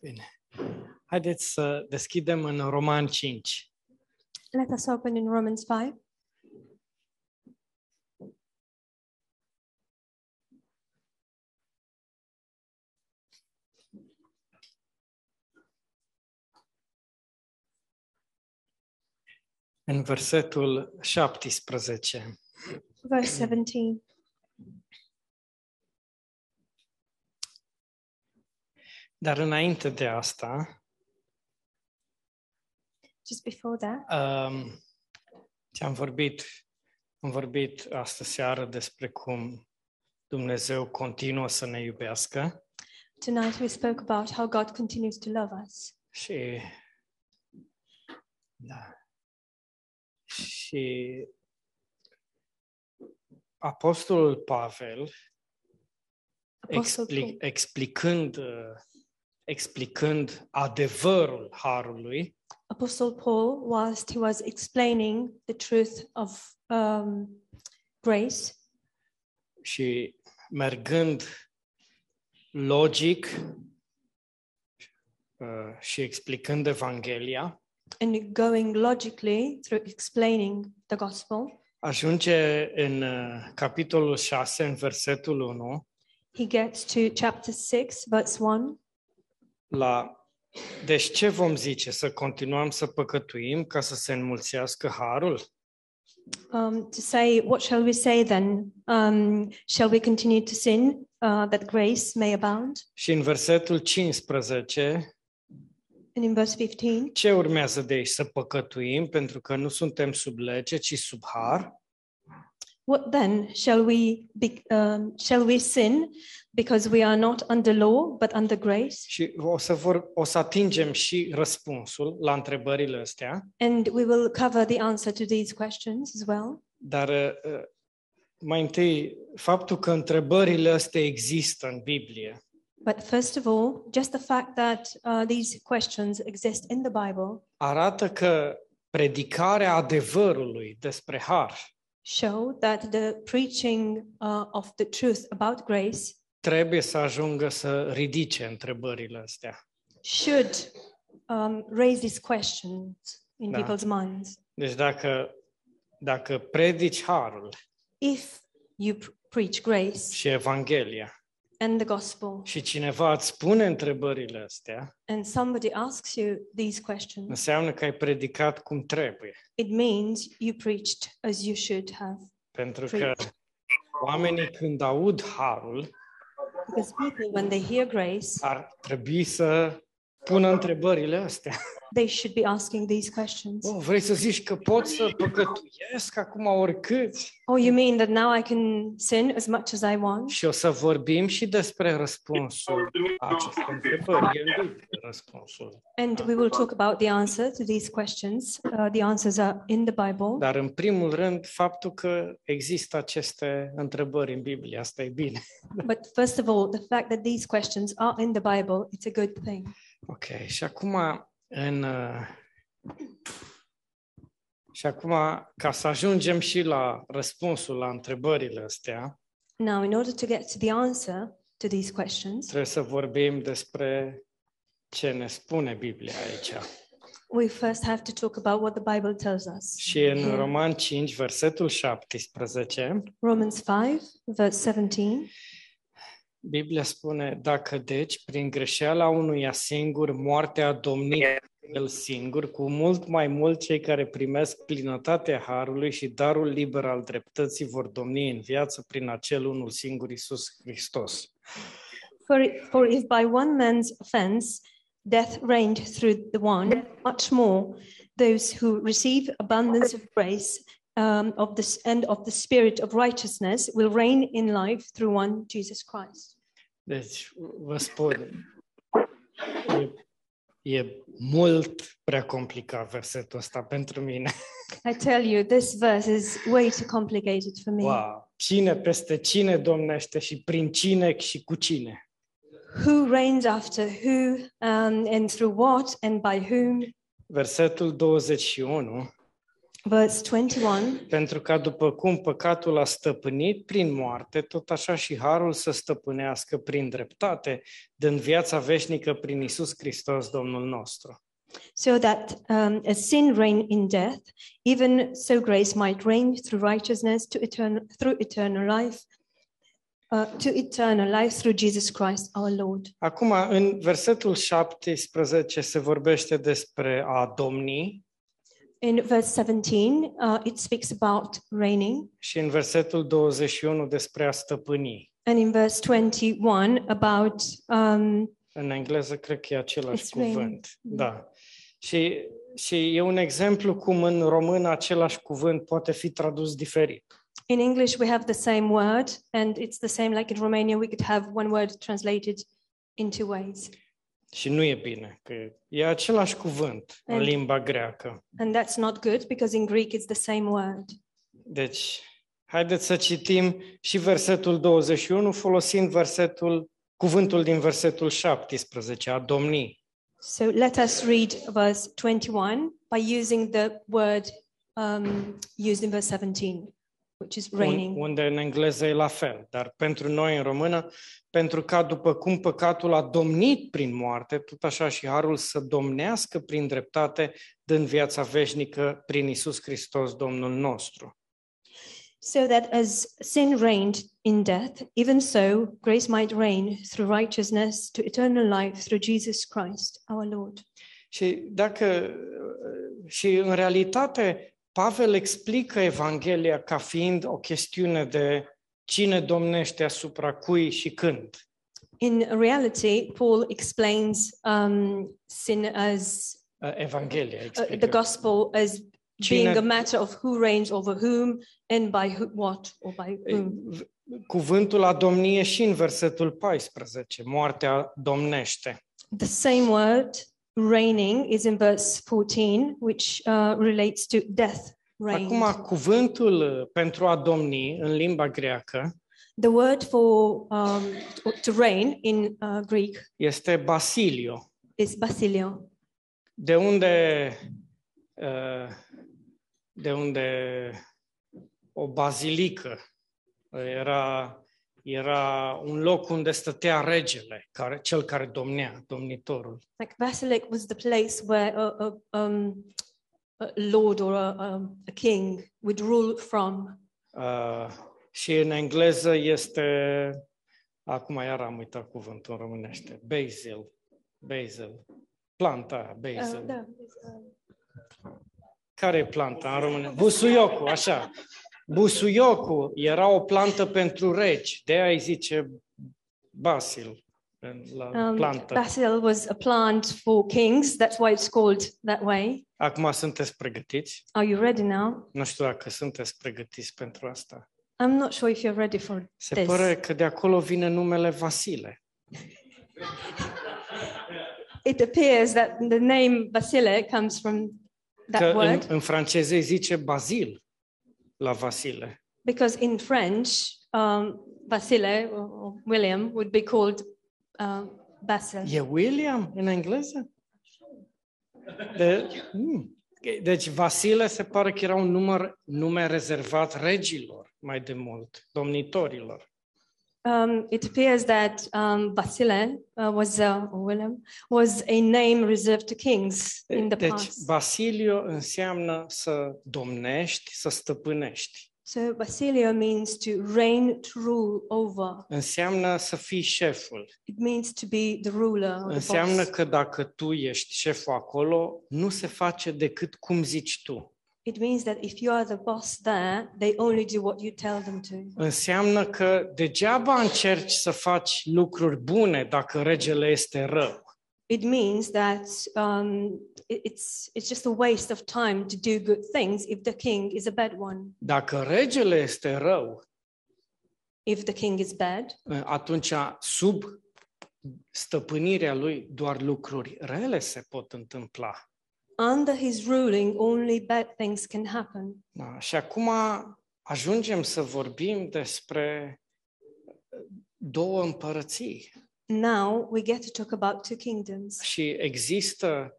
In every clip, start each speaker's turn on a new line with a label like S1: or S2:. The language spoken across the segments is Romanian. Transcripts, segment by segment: S1: Bine. Haideți să deschidem în Roman 5.
S2: Let us open in Romans 5.
S1: în versetul 17.
S2: Verse 17.
S1: Dar înainte de asta,
S2: Just before that,
S1: um, am vorbit, am vorbit astă seară despre cum Dumnezeu continuă să ne iubească
S2: tonight we spoke about how God continues to love us.
S1: și da, și Apostolul Pavel
S2: Apostle
S1: expli-
S2: Paul,
S1: explicând, uh, explicând adevărul harului,
S2: Apostle Paul, whilst he was explaining the truth of um, grace
S1: și mergând logic uh, și explicând Evanghelia,
S2: and going logically through explaining the gospel,
S1: ajunge în uh, capitolul 6, în versetul 1,
S2: he gets to chapter 6, verse 1.
S1: la Deci ce vom zice? Să continuăm să păcătuim ca să se înmulțească harul?
S2: Um, to say, what shall we say then? Um, shall we continue to sin uh, that grace may abound?
S1: Și în versetul 15,
S2: And in verse 15,
S1: ce urmează de aici? Să păcătuim pentru că nu suntem sub lege, ci sub har?
S2: What then shall we be, um, shall we sin because we are not under law but under grace?
S1: Și o să, vor, o să atingem și răspunsul la întrebările astea,
S2: And we will cover the answer to these questions as well.
S1: dar uh, mai întâi, faptul că întrebările astea există în Biblie
S2: But first of all, just the fact that uh, these questions exist in the Bible
S1: arată că predicarea adevărului despre har
S2: show that the preaching uh, of the truth about grace
S1: trebuie să ajungă să ridice întrebările astea.
S2: should um, raise these questions in
S1: Da.
S2: people's minds.
S1: Deci dacă, dacă predici harul
S2: If you pr- preach grace
S1: și Evanghelia
S2: and the gospel,
S1: și cineva îți spune întrebările astea,
S2: and somebody asks you these questions,
S1: înseamnă că ai predicat cum trebuie.
S2: It means you preached as you should have.
S1: Pentru că oamenii când aud harul
S2: Because people, when they hear grace,
S1: ar trebui să pună întrebările astea.
S2: they should be asking these questions.
S1: Oh, vrei să zici că pot să păcătuiesc acum oricât?
S2: Oh, you mean that now I can sin as much as I want?
S1: Și o să vorbim și despre răspunsul la aceste întrebări. E în Biblie răspunsul.
S2: And we will talk about the answer to these questions. Uh, the answers are in the Bible.
S1: Dar în primul rând, faptul că există aceste întrebări în Biblie, asta e bine.
S2: But first of all, the fact that these questions are in the Bible, it's a good thing.
S1: Ok, și acum în uh, și acum ca să ajungem și la răspunsul la întrebările astea,
S2: Now, in order to get to the answer to these questions,
S1: trebuie să vorbim despre ce ne spune Biblia aici.
S2: we first have to talk about what the Bible tells us.
S1: Și în Roman 5, versetul 17,
S2: Romans 5, verse 17.
S1: Biblia spune, dacă deci, prin greșeala unuia singur, moartea domnie el singur, cu mult mai mult cei care primesc plinătatea Harului și darul liber al dreptății vor domni în viață prin acel unul singur, Isus Hristos.
S2: For, for if by one man's offense death reigned through the one, much more those who receive abundance of grace um, of this and of the spirit of righteousness will reign in life through one Jesus Christ.
S1: Deci, vă spun, e, e mult prea complicat versetul ăsta pentru mine.
S2: I tell you, this verse is way too complicated for me.
S1: Wow. Cine peste cine domnește și prin cine și cu cine?
S2: Who reigns after who, um, and through what, and by whom?
S1: Versetul 21
S2: Verse 21
S1: Pentru ca după cum păcatul a stăpânit prin moarte, tot așa și harul să stăpânească prin dreptate, dând viața veșnică prin Isus Hristos, Domnul nostru.
S2: So that um, as sin reigned in death, even so grace might reign through righteousness to eternal, through eternal life, uh, to eternal life through Jesus Christ our Lord.
S1: Acum, în versetul 17 se vorbește despre a domni
S2: In verse 17, uh, it speaks about reigning,
S1: și în versetul 21 despre a stăpâni.
S2: and in verse 21 about um,
S1: În engleză cred că e același
S2: It's
S1: cuvânt.
S2: reigning.
S1: Da. Și, și e un exemplu cum în română același cuvânt poate fi tradus diferit.
S2: in English we have the same word, and it's the same like in Romania. We could have one word translated in two ways,
S1: Și nu e bine, că e același cuvânt în
S2: And-
S1: limba greacă.
S2: and that's not good because in Greek it's the same word.
S1: Deci, haideți să citim și versetul 21 folosind versetul cuvântul din versetul 17, a domni.
S2: So let us read verse 21 by using the word um, used in verse 17, which is
S1: un,
S2: reigning.
S1: unde în engleză e la fel, dar pentru noi în română, pentru ca după cum păcatul a domnit prin moarte, tot așa și harul să domnească prin dreptate, dând viața veșnică prin Isus Hristos, Domnul nostru.
S2: So that as sin reigned in death, even so grace might reign through righteousness to eternal life through Jesus Christ our Lord.
S1: Și dacă uh, și în realitate Pavel explică Evanghelia ca fiind o chestiune de cine domnește asupra cui și când.
S2: In reality, Paul explains um, sin as
S1: Evanghelia
S2: uh,
S1: explică.
S2: the gospel as being
S1: Cine-
S2: a matter of who reigns over whom and by who, what or by whom.
S1: V- Cuvântul a domnie și în versetul 14, moartea domnește.
S2: The same word, reigning, is in verse 14, which uh, relates to death reigned.
S1: Acum, cuvântul uh, pentru a domni în limba greacă
S2: The word for um, to- to reign in uh, Greek
S1: este basilio,
S2: is basilio,
S1: de unde, uh, de unde o bazilică era, era un loc unde stătea regele, care, cel care domnea, domnitorul.
S2: like basilic was the place where a, a, um, a lord or a, um, a king would rule from.
S1: Uh, și în engleză este, acum iar am uitat cuvântul în românește, basil, basil, planta aia,
S2: Uh,
S1: basil.
S2: no,
S1: Care e planta în românește? Busuiocul, așa. Busuiocul era o plantă pentru regi, de aia îi zice basil în- la
S2: um,
S1: plantă.
S2: basil was a plant for kings. That's why it's called that way.
S1: Acum sunteți pregătiți?
S2: Are you ready now?
S1: Nu știu dacă sunteți pregătiți pentru asta.
S2: I'm not sure if you're ready for
S1: Se
S2: this.
S1: pare că de acolo vine numele Vasile.
S2: It appears that the name basilic comes from
S1: că
S2: that
S1: în,
S2: word
S1: în franceză îi zice Bazil la Vasile.
S2: because in French, um, Basile or, or William would be called uh, Basil.
S1: E William în engleză? De, mm. Deci Vasile se pare că era un număr, nume rezervat regilor mai de mult, domnitorilor.
S2: Um, it appears that um, Basile uh, was uh, or William was a name reserved to kings
S1: Uh,
S2: in the
S1: Deci
S2: past.
S1: Basilio înseamnă să domnești, să stăpânești.
S2: so Basilio means to reign, to rule over.
S1: Înseamnă să fii șeful.
S2: It means to be the ruler. Or the
S1: Înseamnă
S2: boss.
S1: că dacă tu ești șeful acolo, nu se face decât cum zici tu.
S2: It means that if you are the boss there, they only do what you tell them to.
S1: înseamnă că degeaba încerci să faci lucruri bune dacă regele este rău.
S2: It means that um, it- it's it's just a waste of time to do good things if the king is a bad one.
S1: Dacă regele este rău,
S2: If the king is bad,
S1: atunci sub stăpânirea lui doar lucruri rele se pot întâmpla.
S2: under his ruling, only bad things can happen.
S1: Da? Și acum ajungem să vorbim despre două împărății.
S2: Now we get to talk about two kingdoms.
S1: Și există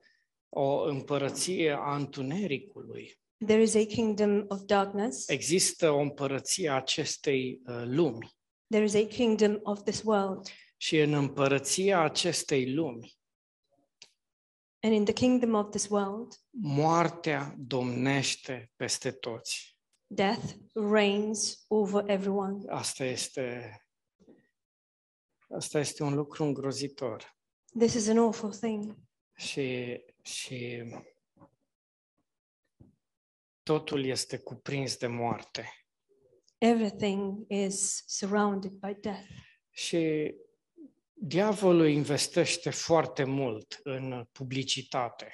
S1: o împărăție a întunericului
S2: There is a kingdom of darkness.
S1: Există o împărăție a acestei uh, lumi
S2: There is a kingdom of this world.
S1: și în împărăția acestei lumi
S2: And in the kingdom of this world,
S1: moartea domnește peste toți.
S2: death reigns over everyone.
S1: Asta este asta este un lucru îngrozitor
S2: This is an awful thing.
S1: și și totul este cuprins de moarte.
S2: Everything is surrounded by death.
S1: Și diavolul investește foarte mult în publicitate,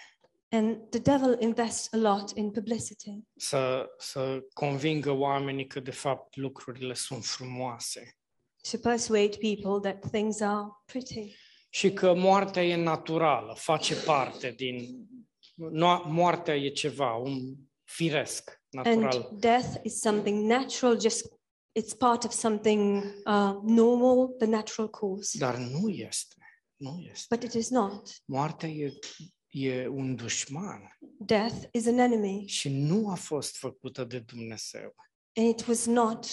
S2: And the devil invests a lot in publicity
S1: să, să convingă oamenii că de fapt lucrurile sunt frumoase
S2: to persuade people that things are pretty
S1: și că moartea e naturală, face parte din... No, moartea e ceva, un firesc natural.
S2: and death is something natural, just it's part of something uh, normal, the natural course.
S1: Dar nu este, nu este.
S2: But it is not.
S1: Moartea e, e un dușman
S2: Death is an enemy,
S1: și nu a fost făcută de Dumnezeu.
S2: and it was not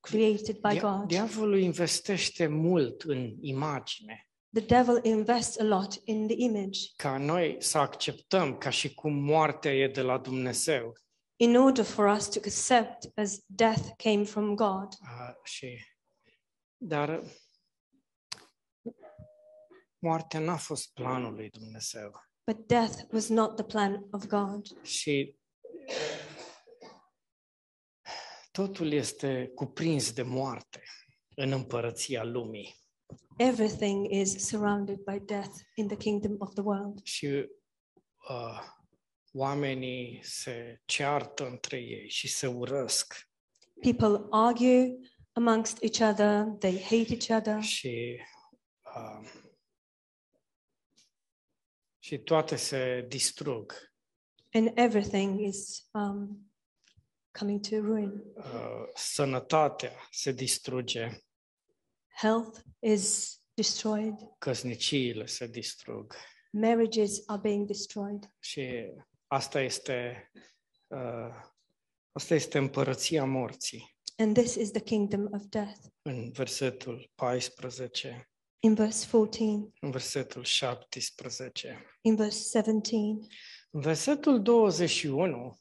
S2: created by
S1: Dia-
S2: God.
S1: diavolul investește mult în imagine.
S2: The devil invests a lot in the image
S1: ca noi să acceptăm ca și cum moartea e de la Dumnezeu.
S2: in order for us to accept as death came from God.
S1: A, și, dar moartea n-a fost planul lui Dumnezeu.
S2: But death was not the plan of God.
S1: Și totul este cuprins de moarte în împărăția lumii.
S2: Everything is surrounded by death in the kingdom of the world,
S1: Și uh, oamenii se ceartă între ei și se urăsc.
S2: people argue amongst each other, they hate each other,
S1: și uh, și toate se distrug.
S2: and everything is um, coming to ruin.
S1: Uh, sănătatea se distruge,
S2: Health is destroyed,
S1: căsniciile se distrug
S2: marriages are being destroyed.
S1: și asta este uh, asta este împărăția morții
S2: And this is the kingdom of death.
S1: în versetul 14,
S2: In verse 14,
S1: în versetul 17.
S2: in verse 17,
S1: În versetul 21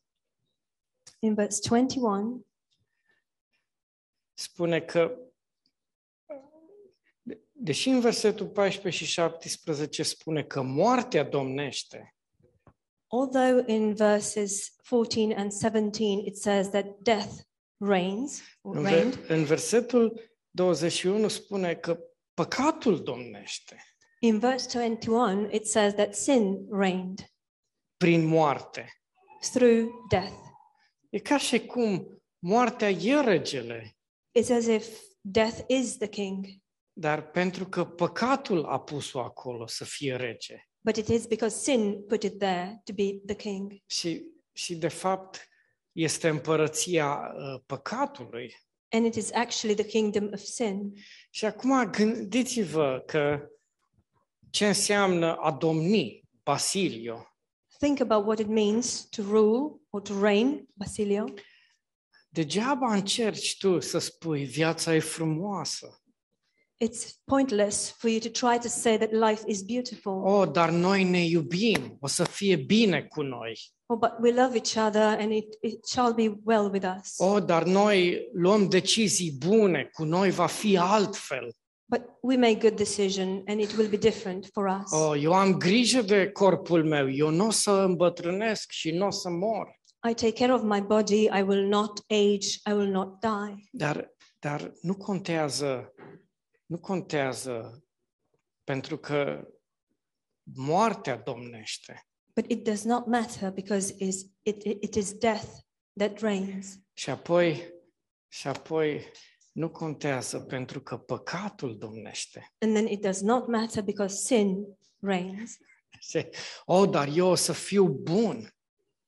S2: in verse 21,
S1: spune că, de- deși în versetul 14 și 17 spune că moartea domnește,
S2: although in verses 14 and 17 it says that death reigns, or
S1: în,
S2: reigned,
S1: ver- în versetul 21 spune că păcatul domnește
S2: in verse 21 it says that sin reigned
S1: prin moarte.
S2: through death.
S1: E ca și cum moartea e regele,
S2: It's as if death is the king,
S1: dar pentru că păcatul a pus-o acolo să fie rege.
S2: but it is because sin put it there to be the king.
S1: Și, și de fapt, este împărăția uh, păcatului.
S2: And it is actually the kingdom of sin.
S1: Și acum gândiți-vă că ce înseamnă a domni, Basilio.
S2: Think about what it means to rule or to reign, Basilio.
S1: Degeaba încerci tu să spui viața e frumoasă.
S2: It's pointless for you to try to say that life is beautiful,
S1: Oh, dar noi ne iubim, o să fie bine cu noi.
S2: oh, but we love each other and it, it shall be well with us.
S1: Oh, dar noi luăm decizii bune, cu noi va fi altfel.
S2: But we make good decision and it will be different for us.
S1: Oh, eu am grijă de corpul meu, eu nu o să îmbătrânesc și nu o să mor.
S2: I take care of my body, I will not age, I will not die.
S1: Dar, dar nu contează, nu contează, pentru că moartea domnește.
S2: But it does not matter because is, it, it, it is death that reigns.
S1: Și apoi, și apoi nu contează pentru că păcatul domnește.
S2: And then it does not matter because sin reigns.
S1: Se, oh, dar eu o să fiu bun.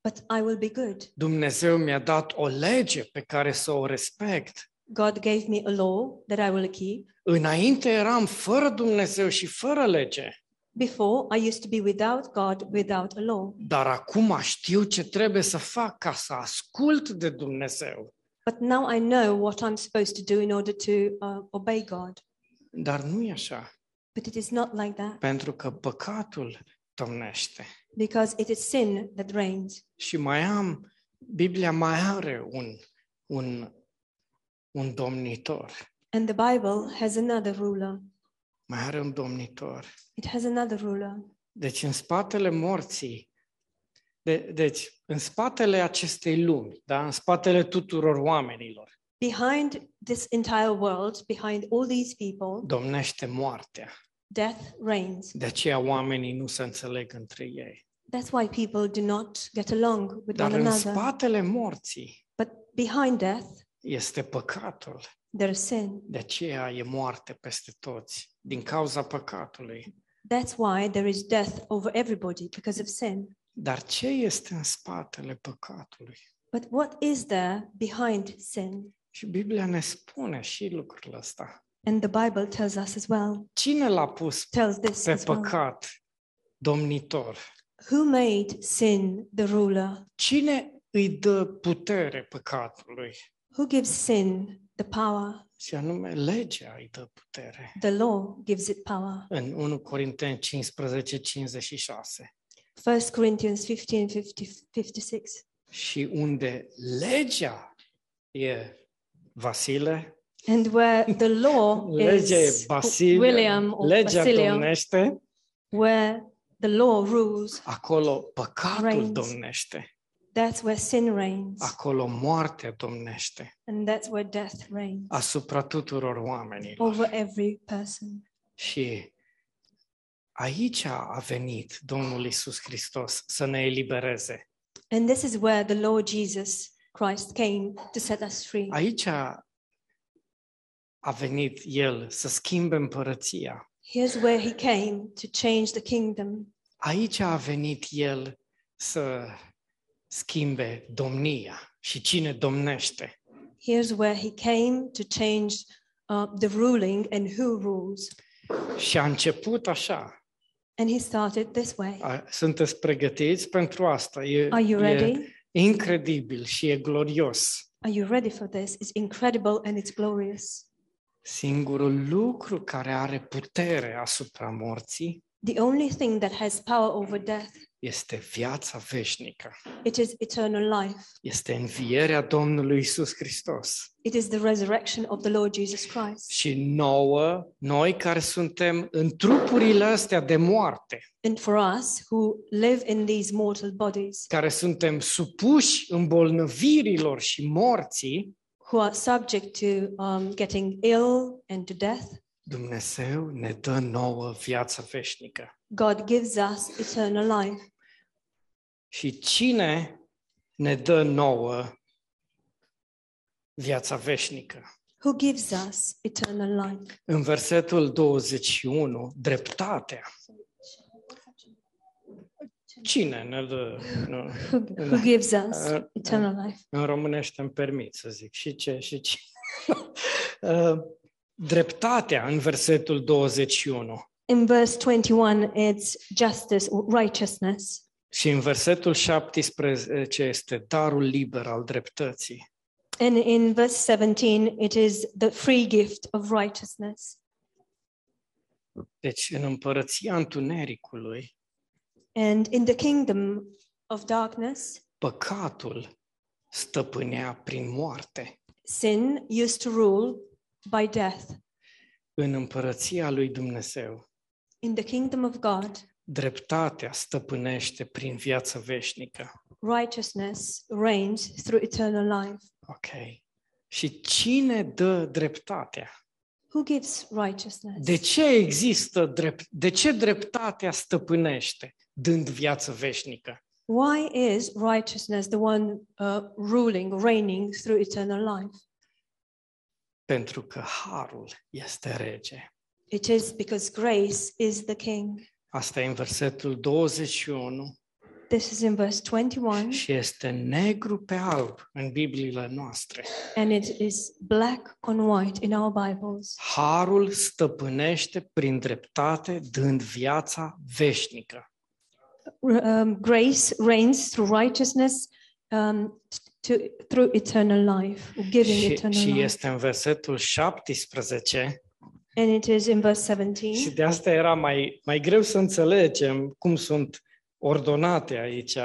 S2: But I will be good.
S1: Dumnezeu mi-a dat o lege pe care să o respect.
S2: God gave me a law that I will keep.
S1: Înainte eram fără Dumnezeu și fără lege.
S2: Before, I used to be without God, without a law.
S1: Dar acum știu ce trebuie să fac ca să ascult de Dumnezeu.
S2: But now I know what I'm supposed to do in order to uh, obey God.
S1: Dar nu e așa,
S2: But it is not like that
S1: pentru că păcatul domnește.
S2: because it is sin that reigns.
S1: Și mai am, Biblia mai are un, un, un domnitor.
S2: And the Bible has another ruler.
S1: Mai are un domnitor.
S2: It has another ruler.
S1: Deci în spatele morții, de, deci în spatele acestei lumi, da? în spatele tuturor oamenilor,
S2: Behind this entire world, behind all these people,
S1: domnește moartea.
S2: death reigns.
S1: De aceea oamenii nu se înțeleg între ei.
S2: That's why people do not get along with
S1: Dar
S2: one
S1: în
S2: another.
S1: spatele morții
S2: But behind death,
S1: este păcatul.
S2: there is sin.
S1: De aceea e moarte peste toți, din cauza păcatului.
S2: That's why there is death over everybody because of sin.
S1: Dar ce este în spatele păcatului?
S2: But what is there behind sin?
S1: Și Biblia ne spune și lucrul ăsta.
S2: And the Bible tells us as well,
S1: Cine l-a pus
S2: tells this
S1: pe
S2: as well.
S1: păcat domnitor?
S2: Who made sin the ruler?
S1: Cine îi dă putere păcatului?
S2: Who gives sin the power?
S1: Și anume, legea îi dă putere.
S2: The law gives it power.
S1: În 1 Corinteni 15, 56.
S2: 1 Corinthians 15 50, 56.
S1: Și unde legea e Vasile,
S2: And where the law
S1: legea e
S2: is
S1: Basile,
S2: William or
S1: legea
S2: Basilio,
S1: domnește,
S2: where the law rules,
S1: acolo păcatul
S2: Reigns.
S1: domnește,
S2: that's where sin reigns.
S1: acolo moartea domnește
S2: And that's where death reigns
S1: Ah. asupra tuturor oamenilor.
S2: over every person.
S1: Și aici a venit Domnul Isus Hristos să ne elibereze.
S2: And this is where the Lord Jesus Christ came to set us free.
S1: Aici a venit El să schimbe împărăția.
S2: Here's where he came to change the kingdom.
S1: Aici a venit El să schimbe domnia și cine domnește.
S2: Here's where he came to change uh, the ruling and who rules.
S1: Și a început așa.
S2: And he started this way.
S1: A- Sunteți pregătiți pentru asta? E,
S2: Are you
S1: e
S2: ready?
S1: incredibil și e glorios.
S2: Are you ready for this? It's incredible and it's glorious.
S1: Singurul lucru care are putere asupra morții
S2: The only thing that has power over death,
S1: este viața veșnică,
S2: it is eternal life.
S1: este învierea Domnului Isus Hristos.
S2: It is the resurrection of the Lord Jesus Christ.
S1: Și nouă, noi care suntem în trupurile astea de moarte,
S2: And for us who live in these mortal bodies,
S1: care suntem supuși îmbolnăvirilor și morții,
S2: who are subject to um, getting ill and to death,
S1: Dumnezeu ne dă nouă viața veșnică.
S2: God gives us eternal life.
S1: Și cine ne dă nouă viața veșnică?
S2: Who gives us eternal life?
S1: În versetul 21, dreptatea. Cine ne dă? Nu.
S2: Who, who gives us
S1: Uh,
S2: eternal life?
S1: În românește îmi permit să zic și ce și ce. Uh, Dreptatea în versetul 21
S2: In verse 21, it's justice or righteousness.
S1: și în versetul 17 este darul liber al dreptății.
S2: And in verse 17, it is the free gift of righteousness.
S1: Deci în împărăția întunericului,
S2: And in the kingdom of darkness,
S1: păcatul stăpânea prin moarte.
S2: sin used to rule by death.
S1: În împărăția lui Dumnezeu,
S2: In the kingdom of God,
S1: dreptatea stăpânește prin viața veșnică.
S2: righteousness reigns through eternal life.
S1: Ok. Și cine dă dreptatea?
S2: Who gives righteousness?
S1: De ce există drept, de ce dreptatea stăpânește dând viață veșnică?
S2: Why is righteousness the one uh, ruling, reigning through eternal life?
S1: Pentru că harul este rege.
S2: It is because grace is the king.
S1: Asta e în versetul 21
S2: This is in verse 21,
S1: și este negru pe alb în Bibliile noastre.
S2: and it is black on white in our Bibles.
S1: Harul stăpânește prin dreptate, dând viața veșnică.
S2: R- um, grace reigns through righteousness um, to, through eternal life, giving
S1: Și,
S2: eternal
S1: și
S2: life.
S1: este în versetul 17
S2: And it is in verse
S1: și
S2: 17.
S1: de asta era mai, mai greu să înțelegem cum sunt ordonate aici,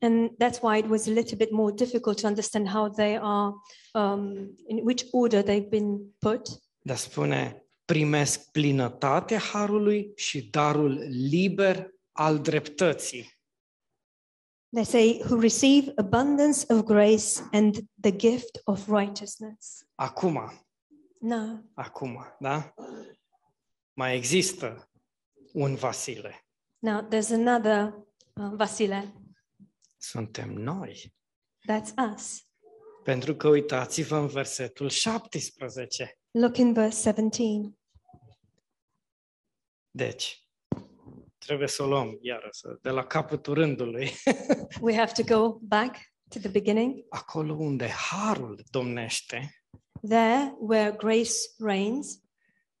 S2: And that's why it was a little bit more difficult to understand how they are, um, in which order they've been put.
S1: dar spune primesc plinătatea harului și darul liber al dreptății.
S2: They say, who receive abundance of grace and the gift of righteousness.
S1: Acum,
S2: Now,
S1: acum, da? Mai există un Vasile.
S2: now there's another uh, Vasile.
S1: Suntem noi.
S2: That's us.
S1: Pentru că uitați-vă în versetul 17.
S2: Look in verse 17.
S1: Deci, trebuie să o luăm iarăși de la capătul rândului,
S2: We have to go back to the beginning.
S1: acolo unde harul domnește,
S2: There, where grace reigns,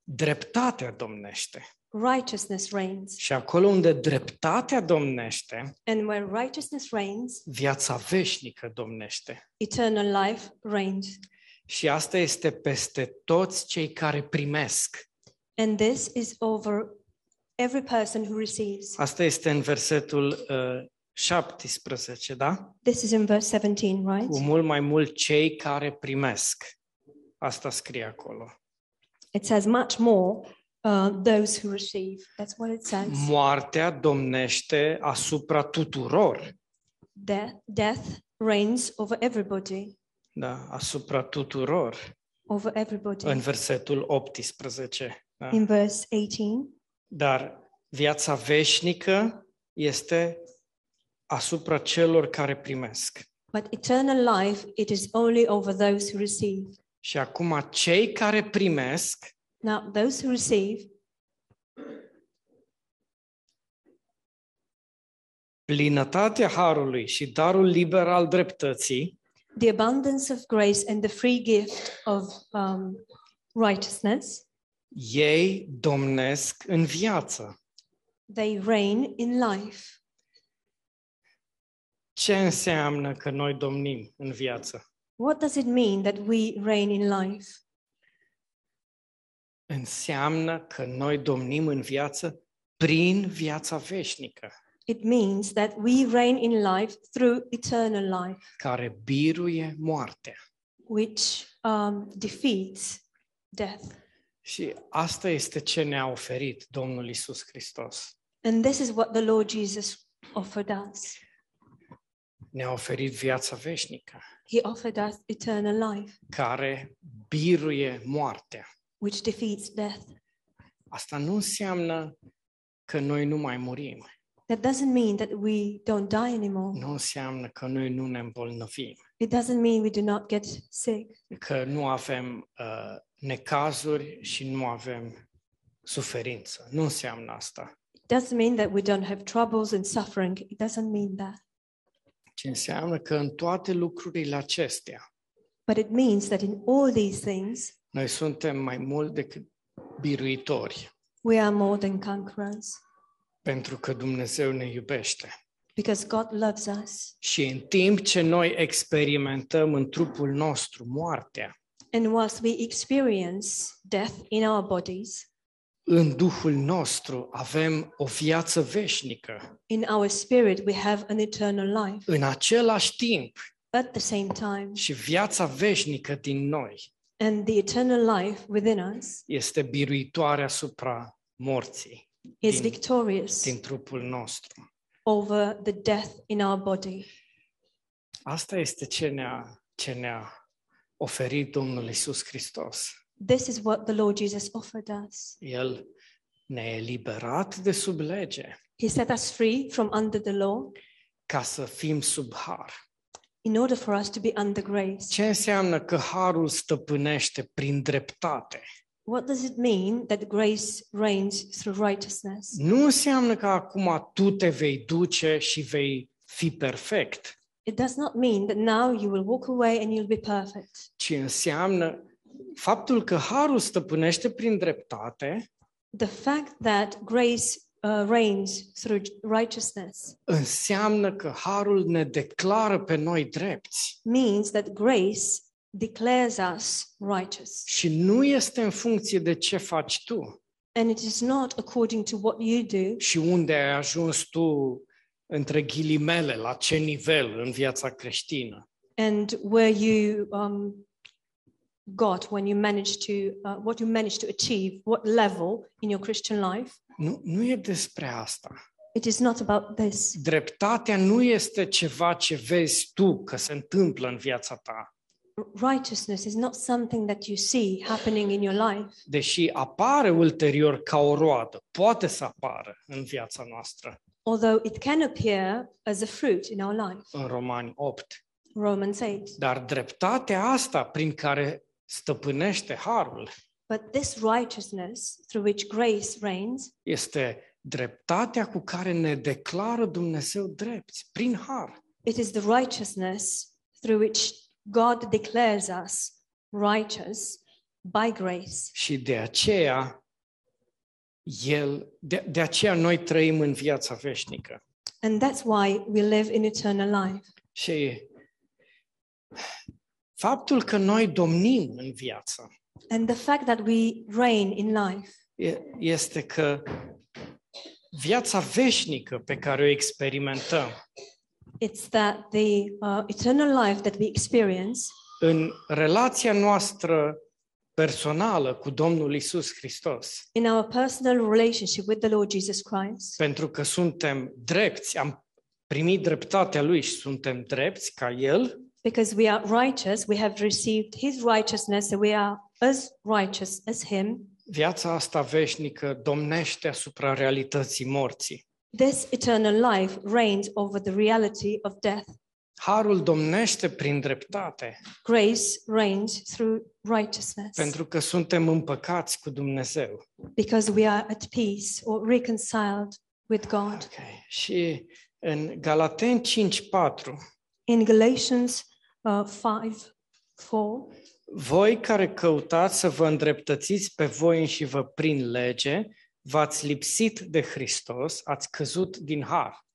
S1: dreptatea domnește.
S2: righteousness reigns.
S1: Și acolo unde dreptatea domnește,
S2: And where righteousness reigns,
S1: viața veșnică domnește.
S2: eternal life reigns.
S1: Și asta este peste toți cei care primesc.
S2: And this is over every person who receives.
S1: Asta este în versetul uh, 17, da?
S2: This is in verse 17, right?
S1: Cu mult mai mult cei care primesc. Asta scrie acolo.
S2: It says much more uh, those who receive. That's what it says.
S1: Moartea domnește asupra tuturor,
S2: Death, death reigns over everybody,
S1: da, asupra tuturor,
S2: over everybody.
S1: în versetul 18. Da?
S2: in verse 18,
S1: Dar viața veșnică este asupra celor care primesc.
S2: but eternal life, it is only over those who receive.
S1: Și acum cei care primesc
S2: Now, those who receive
S1: plinătatea harului și darul liber al dreptății
S2: the abundance of grace and the free gift of um, righteousness,
S1: ei domnesc în viață.
S2: they reign in life.
S1: Ce înseamnă că noi domnim în viață?
S2: What does it mean that we reign in life?
S1: înseamnă că noi domnim în viață prin viața veșnică,
S2: It means that we reign in life through eternal life,
S1: care biruie moartea.
S2: which um, defeats death.
S1: Și asta este ce ne-a oferit Domnul Isus Hristos.
S2: And this is what the Lord Jesus offered us.
S1: Ne-a oferit viața veșnică,
S2: He offered us eternal life,
S1: care biruie moartea.
S2: which defeats death.
S1: Asta nu înseamnă că noi nu mai murim,
S2: That doesn't mean that we don't die anymore.
S1: nu înseamnă că noi nu ne îmbolnăvim,
S2: It doesn't mean we do not get sick,
S1: că nu avem uh, necazuri și nu avem suferință. Nu înseamnă asta.
S2: doesn't mean that we don't have troubles and suffering. It doesn't mean that.
S1: Ce înseamnă că în toate lucrurile acestea,
S2: But it means that in all these things,
S1: noi suntem mai mult decât biruitori,
S2: we are more than conquerors
S1: pentru că Dumnezeu ne iubește.
S2: because God loves us.
S1: Și în timp ce noi experimentăm în trupul nostru moartea,
S2: And whilst we experience death in our bodies,
S1: în Duhul nostru avem o viață veșnică.
S2: in our spirit, we have an eternal life.
S1: În același timp,
S2: At the same time,
S1: și viața veșnică din noi
S2: and the eternal life within us
S1: este biruitoare asupra morții
S2: is
S1: Din-
S2: victorious
S1: din trupul nostru.
S2: over the death in our body.
S1: Asta este ce ne-a, ce ne-a oferit Domnul Isus Hristos.
S2: This is what the Lord Jesus offered us.
S1: El ne-a eliberat de sub lege
S2: He set us free from under the law
S1: ca să fim sub har.
S2: in order for us to be under grace.
S1: Ce înseamnă că harul stăpânește prin dreptate?
S2: What does it mean that grace reigns through righteousness?
S1: Nu înseamnă că acum tu te vei duce și vei fi perfect,
S2: It does not mean that now you will walk away and you'll be perfect.
S1: ci înseamnă faptul că harul stăpânește prin dreptate,
S2: The fact that grace uh, reigns through righteousness
S1: înseamnă că harul ne declară pe noi drepți
S2: means that grace declares us righteous.
S1: și nu este în funcție de ce faci tu
S2: And it is not according to what you do
S1: și unde ai ajuns tu între ghilimele, la ce nivel în viața creștină.
S2: and where you um, got when you managed to, uh, what you managed to achieve, what level in your Christian life.
S1: Nu, nu e despre asta.
S2: It is not about this.
S1: Dreptatea nu este ceva ce vezi tu că se întâmplă în viața ta,
S2: Righteousness is not something that you see happening in your life,
S1: deși apare ulterior ca o roadă, poate să apară în viața noastră,
S2: although it can appear as a fruit in our life.
S1: în Romani 8.
S2: Romans 8.
S1: Dar dreptatea asta prin care stăpânește harul
S2: But this righteousness through which grace reigns
S1: este dreptatea cu care ne declară Dumnezeu drepți, prin har.
S2: It is the righteousness through which God declares us righteous by grace.
S1: Și de aceea el, de, de aceea noi trăim în viața veșnică.
S2: And that's why we live in eternal life.
S1: Și faptul că noi domnim în viață
S2: And the fact that we reign in life
S1: e- este că viața veșnică pe care o experimentăm
S2: it's that the uh, eternal life that we experience
S1: în relația noastră personală cu Domnul Isus Hristos,
S2: in our personal relationship with the Lord Jesus Christ,
S1: pentru că suntem drepți, am primit dreptatea Lui și suntem drepți ca El,
S2: because we are righteous, we have received his righteousness, so we are as righteous as him.
S1: viața asta veșnică domnește asupra realității morții.
S2: This eternal life reigns over the reality of death.
S1: Harul domnește prin dreptate,
S2: grace reigns through righteousness
S1: pentru că suntem împăcați cu Dumnezeu.
S2: because we are at peace or reconciled with God.
S1: Okay. Și în Galaten 5:4,
S2: In Galatians uh, 5 4,
S1: voi care căutați să vă îndreptățiți pe voi și vă prin lege, v-ați lipsit de Hristos, ați căzut din har.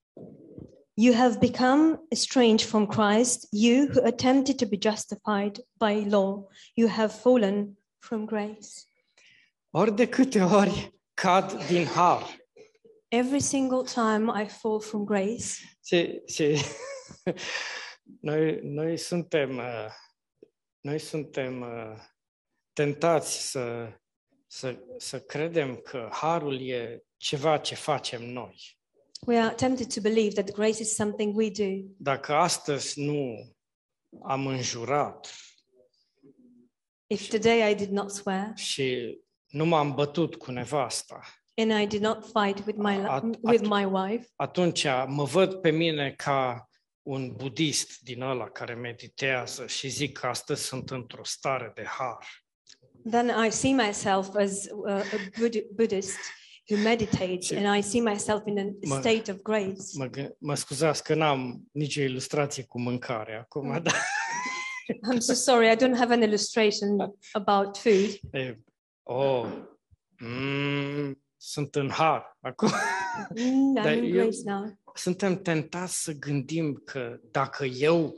S2: you have become estranged from Christ, you who attempted to be justified by law, you have fallen from grace.
S1: Ori de câte ori cad din har.
S2: Every single time I fall from grace,
S1: Se, se... Noi, noi suntem, uh, noi suntem uh, tentați să, să, să credem că harul e ceva ce facem noi.
S2: we are tempted to believe that grace is something we do.
S1: dacă astăzi nu am înjurat
S2: If today I did not swear
S1: și nu m-am bătut cu nevasta,
S2: and I did not fight with my,
S1: At- at-
S2: with my wife,
S1: atunci mă văd pe mine ca un budist din ăla care meditează și zic că astăzi sunt într-o stare de har.
S2: then I see myself as uh, a Buddh- Buddhist who meditates,
S1: Sí.
S2: and I see myself in a
S1: Ma-
S2: state of grace.
S1: Mă, gân- mă scuzați că n-am nicio ilustrație cu mâncare acum, dar
S2: I'm so sorry, I don't have an illustration about food,
S1: e, oh, mm, sunt în har acum.
S2: Mm,
S1: That
S2: I'm in
S1: you-
S2: grace now.
S1: suntem tentați să gândim că dacă eu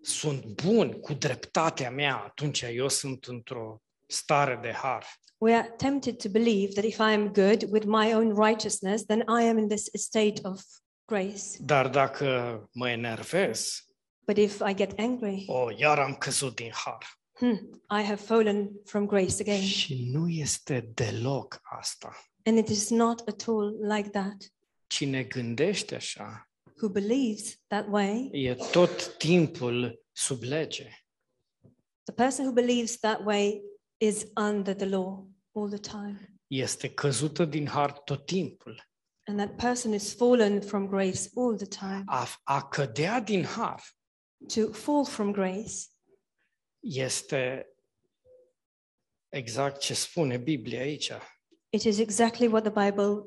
S1: sunt bun cu dreptatea mea, atunci eu sunt într-o stare de har.
S2: We are tempted to believe that if I am good with my own righteousness, then I am in this state of grace.
S1: Dar dacă mă enervez,
S2: But if I get angry,
S1: o, iar am căzut din har.
S2: hmm, I have fallen from grace again.
S1: Și nu este deloc asta.
S2: And it is not at all like that.
S1: Cine gândește așa
S2: Who believes that way
S1: e tot timpul sub lege.
S2: The person who believes that way is under the law all the time.
S1: Este căzută din har tot timpul.
S2: And that person is fallen from grace all the time.
S1: A, a cădea din har
S2: To fall from grace
S1: este exact ce spune Biblia aici.
S2: It is exactly what the Bible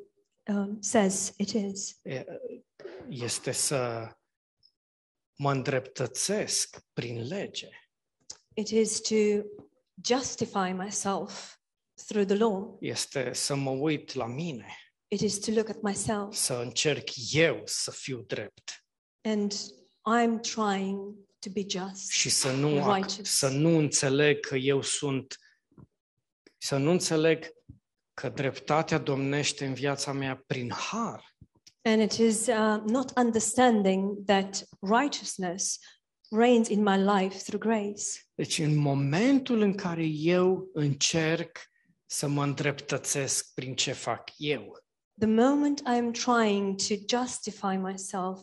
S2: um, says it is.
S1: E- Este să mă îndreptățesc prin lege.
S2: It is to justify myself through the law.
S1: Este să mă uit la mine,
S2: It is to look at myself.
S1: să încerc eu să fiu drept
S2: And I'm trying to be just.
S1: și să nu, ac-
S2: Righteous.
S1: să nu înțeleg că eu sunt, să nu înțeleg că dreptatea domnește în viața mea prin har.
S2: And it is uh, not understanding that righteousness reigns in my life through grace.
S1: Deci în momentul în care eu încerc să mă îndreptățesc prin ce fac eu,
S2: The moment I'm trying to justify myself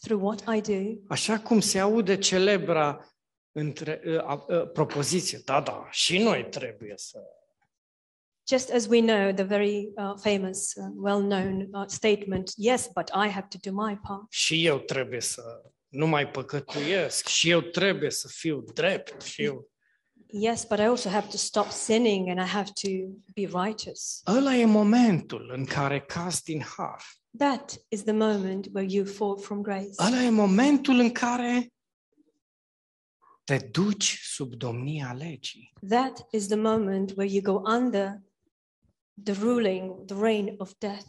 S2: through what I do,
S1: așa cum se aude celebra între, a, a, propoziție, da, da, și noi trebuie să...
S2: just as we know the very uh, famous, uh, well known uh, statement, yes, but I have to do my part.
S1: și eu trebuie să nu mai păcătuiesc, și eu trebuie să fiu drept, și eu...
S2: Yes, but I also have to stop sinning and I have to be righteous.
S1: Ăla e momentul în care caz din har.
S2: That is the moment where you fall from grace.
S1: Ăla e momentul în care te duci sub domnia legii.
S2: That is the moment where you go under the ruling, the reign of death,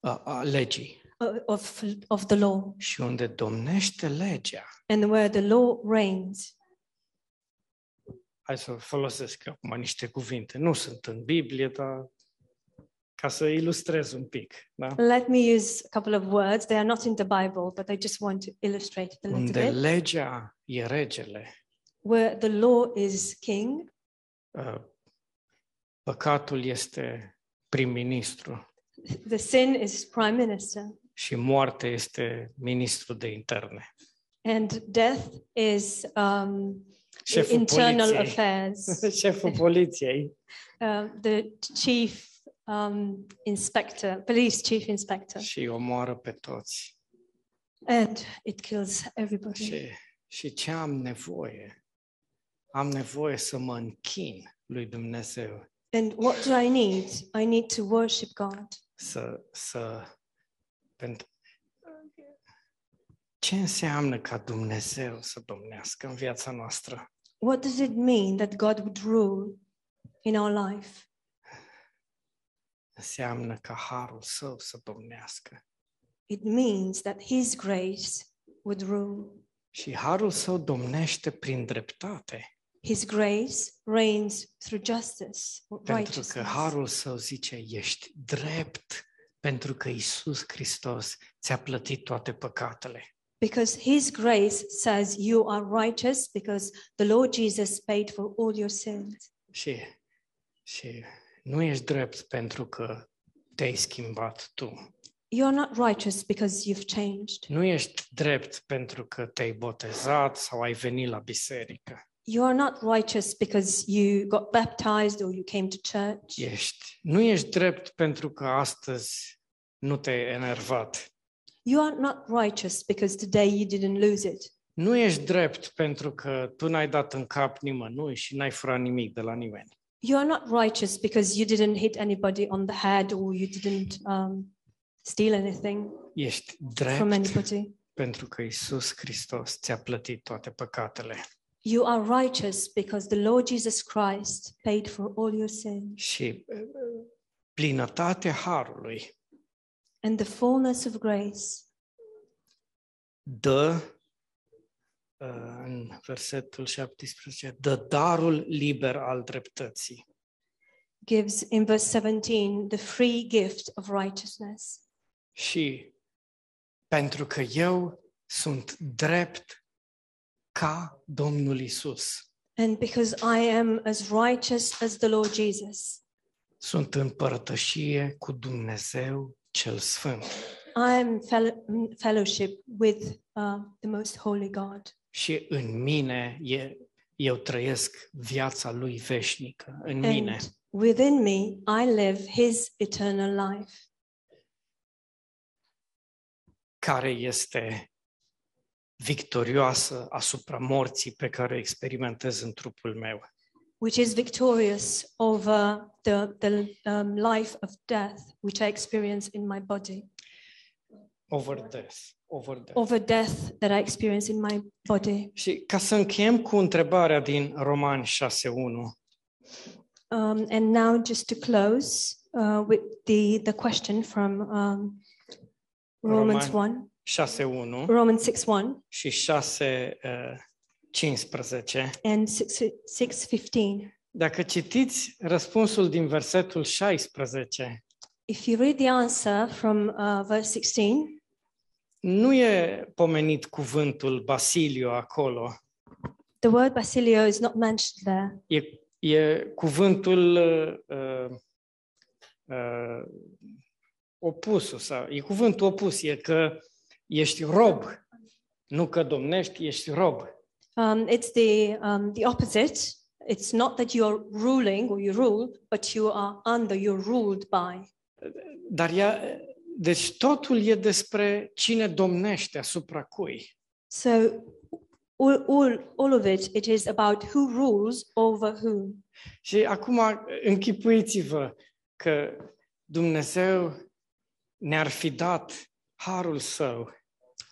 S1: A, a legii.
S2: uh, of, of the law,
S1: Și unde domnește legea,
S2: and where the law reigns.
S1: hai să folosesc acum niște cuvinte, nu sunt în Biblie, dar ca să ilustrez un pic, da?
S2: Let me use a couple of words. They are not in the Bible, but I just want to illustrate it a little
S1: Unde
S2: bit.
S1: legea e regele,
S2: Where the law is king,
S1: Uh, păcatul este prim-ministru
S2: the sin is prime minister,
S1: și moartea este ministru de interne,
S2: and death is um,
S1: șeful
S2: internal
S1: poliției.
S2: affairs.
S1: Șeful poliției.
S2: uh, the chief um, inspector, police chief inspector,
S1: Și îi omoară pe toți.
S2: and it kills everybody.
S1: Și, și ce am nevoie? Am nevoie să mă închin lui Dumnezeu,
S2: And what do I need? I need to worship God.
S1: să, să pentru ce înseamnă ca Dumnezeu să domnească în viața noastră?
S2: What does it mean that God would rule in our life?
S1: Înseamnă ca harul său să domnească.
S2: It means that His grace would rule.
S1: Și harul său domnește prin dreptate,
S2: His grace reigns through justice,
S1: pentru că
S2: righteousness.
S1: harul său zice ești drept pentru că Isus Hristos ți-a plătit toate păcatele.
S2: Because His grace says you are righteous because the Lord Jesus paid for all your sins.
S1: Și, și nu ești drept pentru că te-ai schimbat tu.
S2: You are not righteous because you've changed.
S1: Nu ești drept pentru că te-ai botezat sau ai venit la biserică.
S2: You are not righteous because you got baptized or you came to church.
S1: Ești. Nu ești drept pentru că astăzi nu te-ai enervat.
S2: You are not righteous because today you didn't lose it.
S1: Nu ești drept pentru că tu n-ai dat în cap nimănui și n-ai furat nimic de la nimeni.
S2: You are not righteous because you didn't hit anybody on the head or you didn't um, steal anything
S1: Ești
S2: from
S1: drept
S2: anybody.
S1: pentru că Isus Hristos ți-a plătit toate păcatele.
S2: You are righteous because the Lord Jesus Christ paid for all your sins.
S1: Și eh, plinătatea harului
S2: And the fullness of grace
S1: dă eh, în versetul 17, dă darul liber al dreptății.
S2: gives, in verse 17, the free gift of righteousness.
S1: Și pentru că eu sunt drept ca Domnul Isus.
S2: And because I am as righteous as the Lord Jesus,
S1: sunt în părtășie cu Dumnezeu cel Sfânt.
S2: I am fel- fellowship with uh, the most holy God.
S1: Și în mine e, eu trăiesc viața lui veșnică, în mine.
S2: And within me, I live his eternal life,
S1: Care este victorioasă asupra morții pe care o experimentez în trupul meu.
S2: which is victorious over the, the um, life of death, which I experience in my body.
S1: over death. Over death.
S2: over death that I experience in my body.
S1: Și ca să încheiem cu întrebarea din Romani 6.1,
S2: Um, and now, just to close uh, with the, the question from um, Romans
S1: Roman-
S2: 1,
S1: 6.1
S2: Romans 6 1
S1: și 6, uh, 15.
S2: and 6, 6 15.
S1: Dacă citiți răspunsul din versetul 16,
S2: If you read the answer from uh, verse 16,
S1: nu e pomenit cuvântul Basilio acolo,
S2: the word basilio is not mentioned there.
S1: e, e cuvântul uh, uh, opusul, sau e cuvântul opus, e că ești rob, nu că domnești, ești rob.
S2: Um, it's the, um, the opposite. It's not that you're ruling or you rule, but you are under, you're ruled by.
S1: Dar ea, deci totul e despre cine domnește asupra cui.
S2: So all, all, all of it, it is about who rules over whom.
S1: Și acum închipuiți-vă că Dumnezeu ne-ar fi dat harul său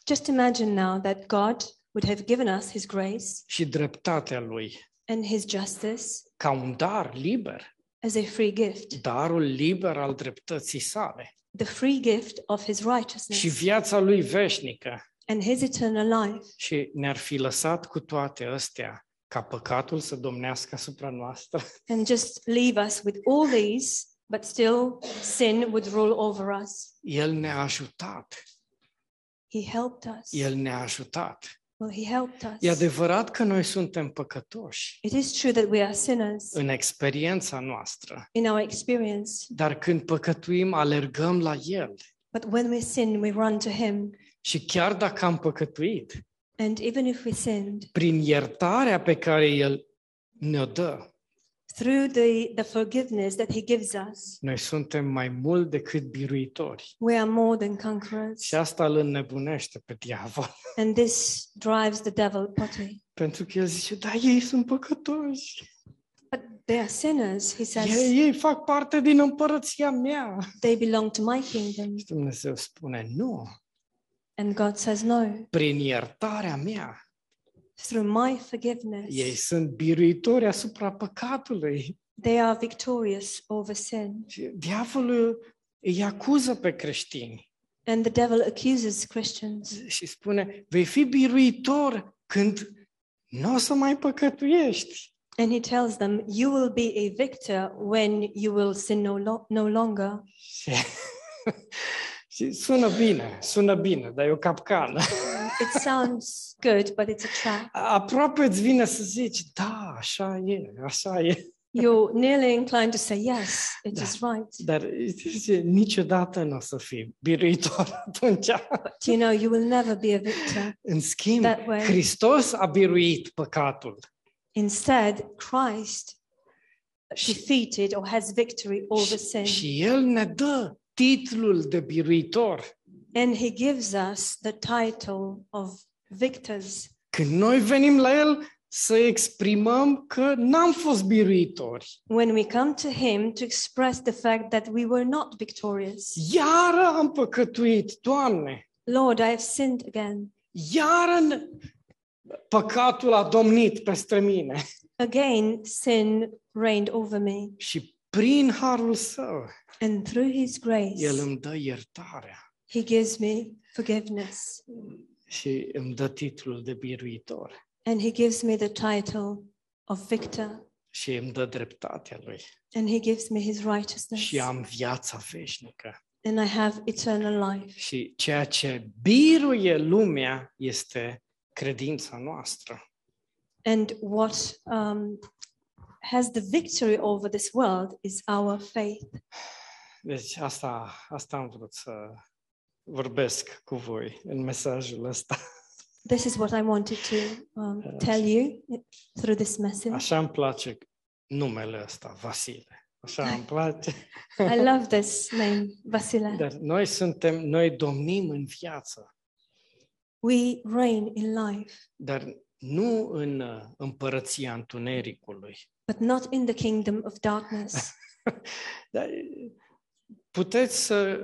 S2: Just imagine now that God would have given us his grace
S1: și dreptatea lui
S2: and his justice
S1: ca un dar liber,
S2: as a free gift,
S1: darul liber al dreptății sale
S2: the free gift of his
S1: și
S2: righteousness
S1: viața lui veșnică
S2: and his eternal life.
S1: și ne-ar fi lăsat cu toate astea ca păcatul să domnească asupra noastră.
S2: And just leave us with all these, but still sin would rule over us.
S1: El ne-a ajutat.
S2: He helped us.
S1: El ne-a ajutat.
S2: Well, he helped us.
S1: E adevărat că noi suntem păcătoși
S2: It is true that we are sinners
S1: în experiența noastră.
S2: in our experience,
S1: Dar când păcătuim, alergăm la El.
S2: but when we sin, we run to Him.
S1: Și chiar dacă am păcătuit,
S2: And even if we sinned,
S1: prin iertarea pe care El ne-o dă,
S2: through the, the forgiveness that He gives us,
S1: noi suntem mai mult decât biruitori.
S2: we are more than conquerors.
S1: Și asta îl înnebunește pe diavol.
S2: And this drives the devil potty.
S1: Pentru că el zice, da, ei sunt păcătoși.
S2: But they are sinners, he says.
S1: Ei, ei fac parte din împărăția mea.
S2: They belong to my kingdom.
S1: Și Dumnezeu spune, nu,
S2: And God says, no,
S1: prin iertarea mea,
S2: through my forgiveness,
S1: ei sunt biruitori asupra păcatului.
S2: they are victorious over sin.
S1: Și diavolul îi acuză pe creștini.
S2: And the devil accuses Christians.
S1: și spune, vei fi biruitor când nu o să mai păcătuiești.
S2: And he tells them, You will be a victor when you will sin no, lo- no longer.
S1: Și, și sună bine, sună bine, dar e o capcană.
S2: It sounds good, but it's a trap.
S1: Aproape îți vine să zici, da, așa e, așa e.
S2: You're nearly inclined to say, Yes, it is right.
S1: Dar zice, niciodată nu o să fii biruitor atunci.
S2: But you know, you will never be a victor.
S1: În schimb,
S2: That way.
S1: Hristos a biruit păcatul
S2: Instead, Christ defeated or has victory over
S1: și,
S2: sin.
S1: și El ne dă titlul de biruitor.
S2: And he gives us the title of victors.
S1: Când noi venim la el să exprimăm că n-am fost biruitori.
S2: When we come to him to express the fact that we were not victorious,
S1: Iară am păcătuit, Doamne!
S2: Lord, I have sinned again.
S1: Iară n- păcatul a domnit peste mine.
S2: Again, sin reigned over me,
S1: Și prin harul său,
S2: and through his grace,
S1: el îmi dă iertarea
S2: he gives me forgiveness
S1: și îmi dă titlul de biruitor
S2: and he gives me the title of victor
S1: și îmi dă dreptatea lui
S2: and he gives me his righteousness
S1: și am viața veșnică.
S2: and I have eternal life.
S1: Și ceea ce biruie lumea este credința noastră.
S2: And what um, has the victory over this world is our faith.
S1: Deci asta, asta am vrut să vorbesc cu voi în mesajul ăsta.
S2: This is what I wanted to um, tell you through this message.
S1: Așa îmi place numele ăsta, Vasile. Așa îmi place.
S2: I love this name, Vasile.
S1: Dar noi suntem, noi domnim în viață,
S2: We reign in life,
S1: dar nu în uh, împărăția întunericului.
S2: but not in the kingdom of darkness.
S1: Dar uh, puteți să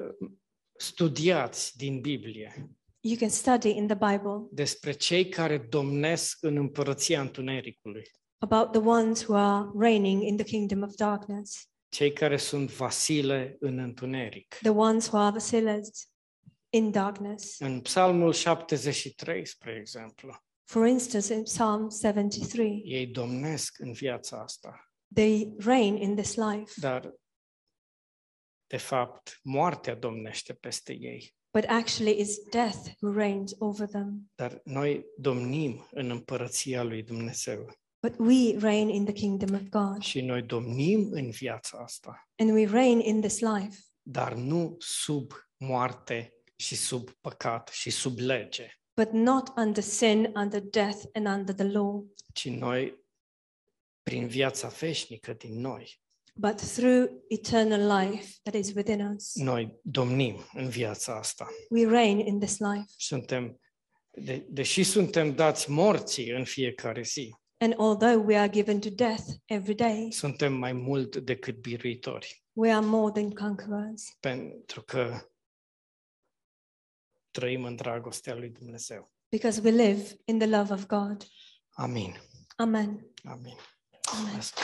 S1: studiați din Biblie
S2: You can study in the Bible
S1: despre cei care domnesc în împărăția întunericului,
S2: about the ones who are reigning in the kingdom of darkness,
S1: cei care sunt Vasile în întuneric.
S2: the ones who are the sinners in darkness.
S1: În Psalmul 73, spre exemplu,
S2: For instance, in Psalm 73,
S1: ei domnesc în viața asta,
S2: they reign in this life,
S1: dar de fapt, moartea domnește peste ei,
S2: but actually it's death who reigns over them.
S1: dar noi domnim în împărăția lui Dumnezeu
S2: But we reign in the kingdom of God,
S1: și noi domnim în viața asta.
S2: and we reign in this life,
S1: dar nu sub moarte și sub păcat și sub lege,
S2: but not under sin, under death, and under the law,
S1: ci noi prin viața veșnică din noi.
S2: but through eternal life that is within us.
S1: Noi domnim în viața asta.
S2: We reign in this life.
S1: Suntem, de, deși suntem dați morții în fiecare zi,
S2: And although we are given to death every day,
S1: suntem mai mult decât biruitori,
S2: we are more than conquerors
S1: pentru că trăim în dragostea lui Dumnezeu.
S2: because we live in the love of God.
S1: Amin.
S2: Amen.
S1: Amin.
S2: Amen.
S1: Asta.